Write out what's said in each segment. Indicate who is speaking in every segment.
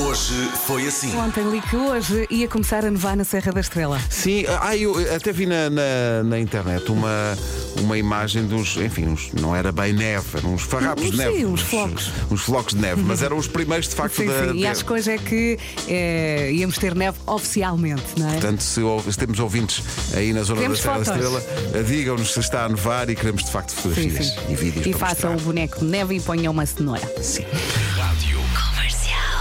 Speaker 1: Hoje foi assim.
Speaker 2: Ontem li que hoje ia começar a nevar na Serra da Estrela.
Speaker 3: Sim, ah, eu até vi na, na, na internet uma, uma imagem dos, enfim, uns- não era bem neve, eram uns farrapos
Speaker 2: Sim,
Speaker 3: de neve.
Speaker 2: uns
Speaker 3: uns-
Speaker 2: flocos.
Speaker 3: Uns flocos de neve, mas eram os primeiros de facto
Speaker 2: Sim,
Speaker 3: da.
Speaker 2: sim. E
Speaker 3: da-
Speaker 2: acho que hoje é que eh, íamos ter neve oficialmente, não é?
Speaker 3: Portanto, se, ouve- se temos ouvintes aí na zona
Speaker 2: Queremos
Speaker 3: da Serra da
Speaker 2: fotos.
Speaker 3: Estrela, eh, digam-nos se está a nevar e queremos de facto fotografias e vídeos.
Speaker 2: E
Speaker 3: para
Speaker 2: façam o
Speaker 3: mostrar.
Speaker 2: boneco de neve e ponham uma cenoura.
Speaker 3: Sim.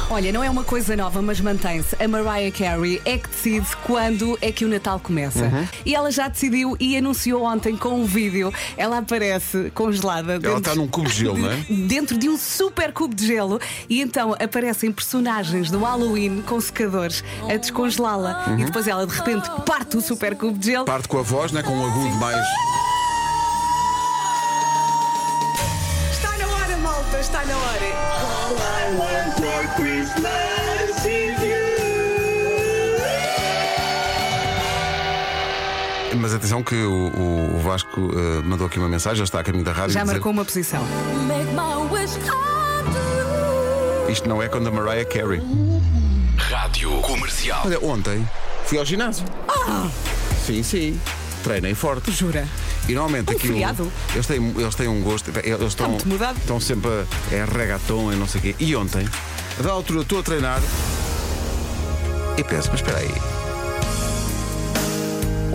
Speaker 2: Olha, não é uma coisa nova, mas mantém-se. A Mariah Carey é que decide quando é que o Natal começa.
Speaker 3: Uhum.
Speaker 2: E ela já decidiu e anunciou ontem com um vídeo. Ela aparece congelada.
Speaker 3: Ela está num cubo de gelo, não é?
Speaker 2: Dentro de um super cubo de gelo. E então aparecem personagens do Halloween com secadores a descongelá-la. E depois ela, de repente, parte o super cubo de gelo.
Speaker 3: Uhum. Parte com a voz, né, com um agudo mais.
Speaker 2: Está na hora, malta, está na hora.
Speaker 3: Mas atenção que o, o- o Vasco eh, mandou aqui uma mensagem, ele está a caminho da rádio.
Speaker 2: Já
Speaker 3: a dizer,
Speaker 2: marcou uma posição.
Speaker 3: Isto não é quando a Mariah Carey.
Speaker 1: Rádio Comercial.
Speaker 3: Olha, ontem fui ao ginásio.
Speaker 2: Ah!
Speaker 3: Sim, sim. Treinei forte.
Speaker 2: Jura?
Speaker 3: E normalmente
Speaker 2: Um
Speaker 3: aquilo.
Speaker 2: feriado.
Speaker 3: Eles têm, eles têm um gosto. Eles estão,
Speaker 2: muito mudado.
Speaker 3: estão sempre a é regatão e não sei o quê. E ontem, da altura, estou a treinar e penso, mas espera aí.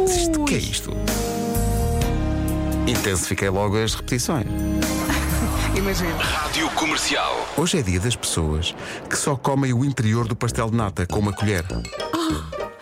Speaker 3: Isto, que é isto? Intensifiquei logo as repetições.
Speaker 2: Imagina.
Speaker 1: Rádio Comercial.
Speaker 3: Hoje é dia das pessoas que só comem o interior do pastel de nata com uma colher.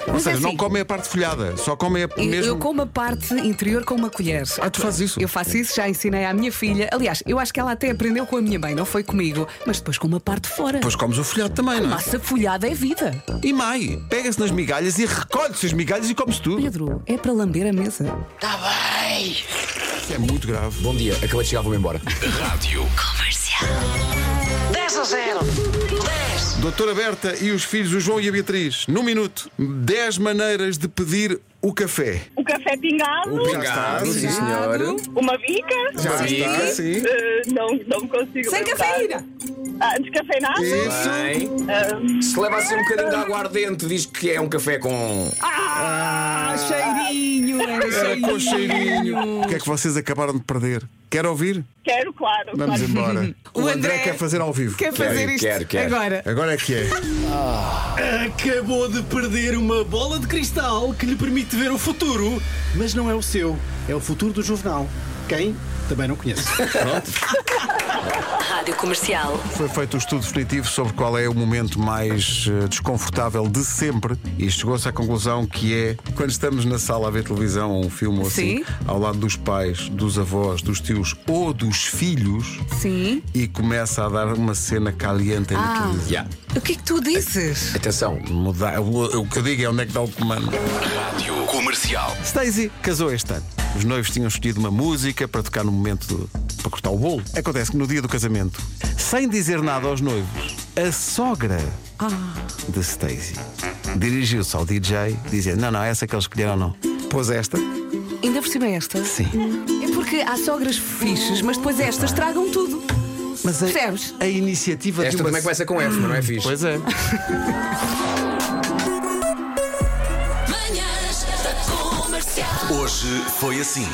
Speaker 3: Ou
Speaker 2: mas
Speaker 3: seja,
Speaker 2: é
Speaker 3: não
Speaker 2: assim.
Speaker 3: comem a parte folhada, só comem a
Speaker 2: Eu-
Speaker 3: mesmo.
Speaker 2: Eu como a parte interior com uma colher.
Speaker 3: Ah, tu fazes isso?
Speaker 2: Eu faço isso, já ensinei à minha filha. Aliás, eu acho que ela até aprendeu com a minha mãe, não foi comigo, mas depois com uma parte de fora.
Speaker 3: Depois comes o folhado também, não é?
Speaker 2: Massa folhada é vida.
Speaker 3: E mai, pega-se nas migalhas e recolhe-se as migalhas e come-se tudo.
Speaker 2: Pedro, é para lamber a mesa.
Speaker 3: É muito grave.
Speaker 4: Bom dia, acabei de chegar, vou-me embora.
Speaker 1: Rádio.
Speaker 3: Doutora Berta e os filhos, o João e a Beatriz, num minuto, 10 maneiras de pedir o café.
Speaker 5: O um café pingado,
Speaker 3: Obrigado, sim,
Speaker 2: senhor.
Speaker 5: uma bica.
Speaker 3: Já está, sim.
Speaker 5: Eh, não, não consigo.
Speaker 2: Sem
Speaker 5: lembrar.
Speaker 2: cafeína.
Speaker 5: Ah, descafeinado? Ah,
Speaker 3: Isso.
Speaker 4: Bem, se leva assim um bocadinho de aguardente, diz que é um café com.
Speaker 2: Ah, cheirinho, era
Speaker 3: Era com
Speaker 2: cheirinho.
Speaker 3: cheirinho. O que é que vocês acabaram de perder? Quer ouvir?
Speaker 5: Quero, claro.
Speaker 3: Vamos
Speaker 5: claro.
Speaker 3: embora.
Speaker 2: O André
Speaker 3: quer fazer ao vivo.
Speaker 2: Quer fazer
Speaker 4: Quero,
Speaker 2: isto
Speaker 4: quero, quero.
Speaker 2: agora?
Speaker 3: Agora é que é.
Speaker 6: Acabou de perder uma bola de cristal que lhe permite ver o futuro, mas não é o seu, é o futuro do Juvenal. Quem? Também não conheço.
Speaker 7: Rádio Comercial.
Speaker 3: Foi feito um estudo definitivo sobre qual é o momento mais eh, desconfortável de sempre e chegou-se à conclusão que é quando estamos na sala a ver televisão ou um filme ou assim,
Speaker 2: Sim.
Speaker 3: ao lado dos pais, dos avós, dos tios ou dos filhos
Speaker 2: Sim.
Speaker 3: e começa a dar uma cena caliente na televisão.
Speaker 4: Yeah.
Speaker 2: O que é que tu dizes?
Speaker 4: Atenção,
Speaker 3: Mudar, o, o que eu digo é onde é que dá o comando.
Speaker 1: Rádio Comercial.
Speaker 3: Stacy casou este ano. Os noivos tinham escolhido uma música para tocar no momento do- para cortar o bolo. Acontece que no dia do casamento, sem dizer nada aos noivos, a sogra de Stacy dirigiu-se ao DJ dizendo: Não, não, essa que eles escolheram não. Pôs esta?
Speaker 2: Ainda por cima é esta.
Speaker 3: Sim.
Speaker 2: É porque há sogras fixes, mas depois estas tragam tudo.
Speaker 3: Mas a,
Speaker 2: Percebes?
Speaker 3: a iniciativa de
Speaker 4: esta
Speaker 3: uma.
Speaker 4: também começa com F, mas não é fixe.
Speaker 3: Pois é.
Speaker 1: Hoje foi assim.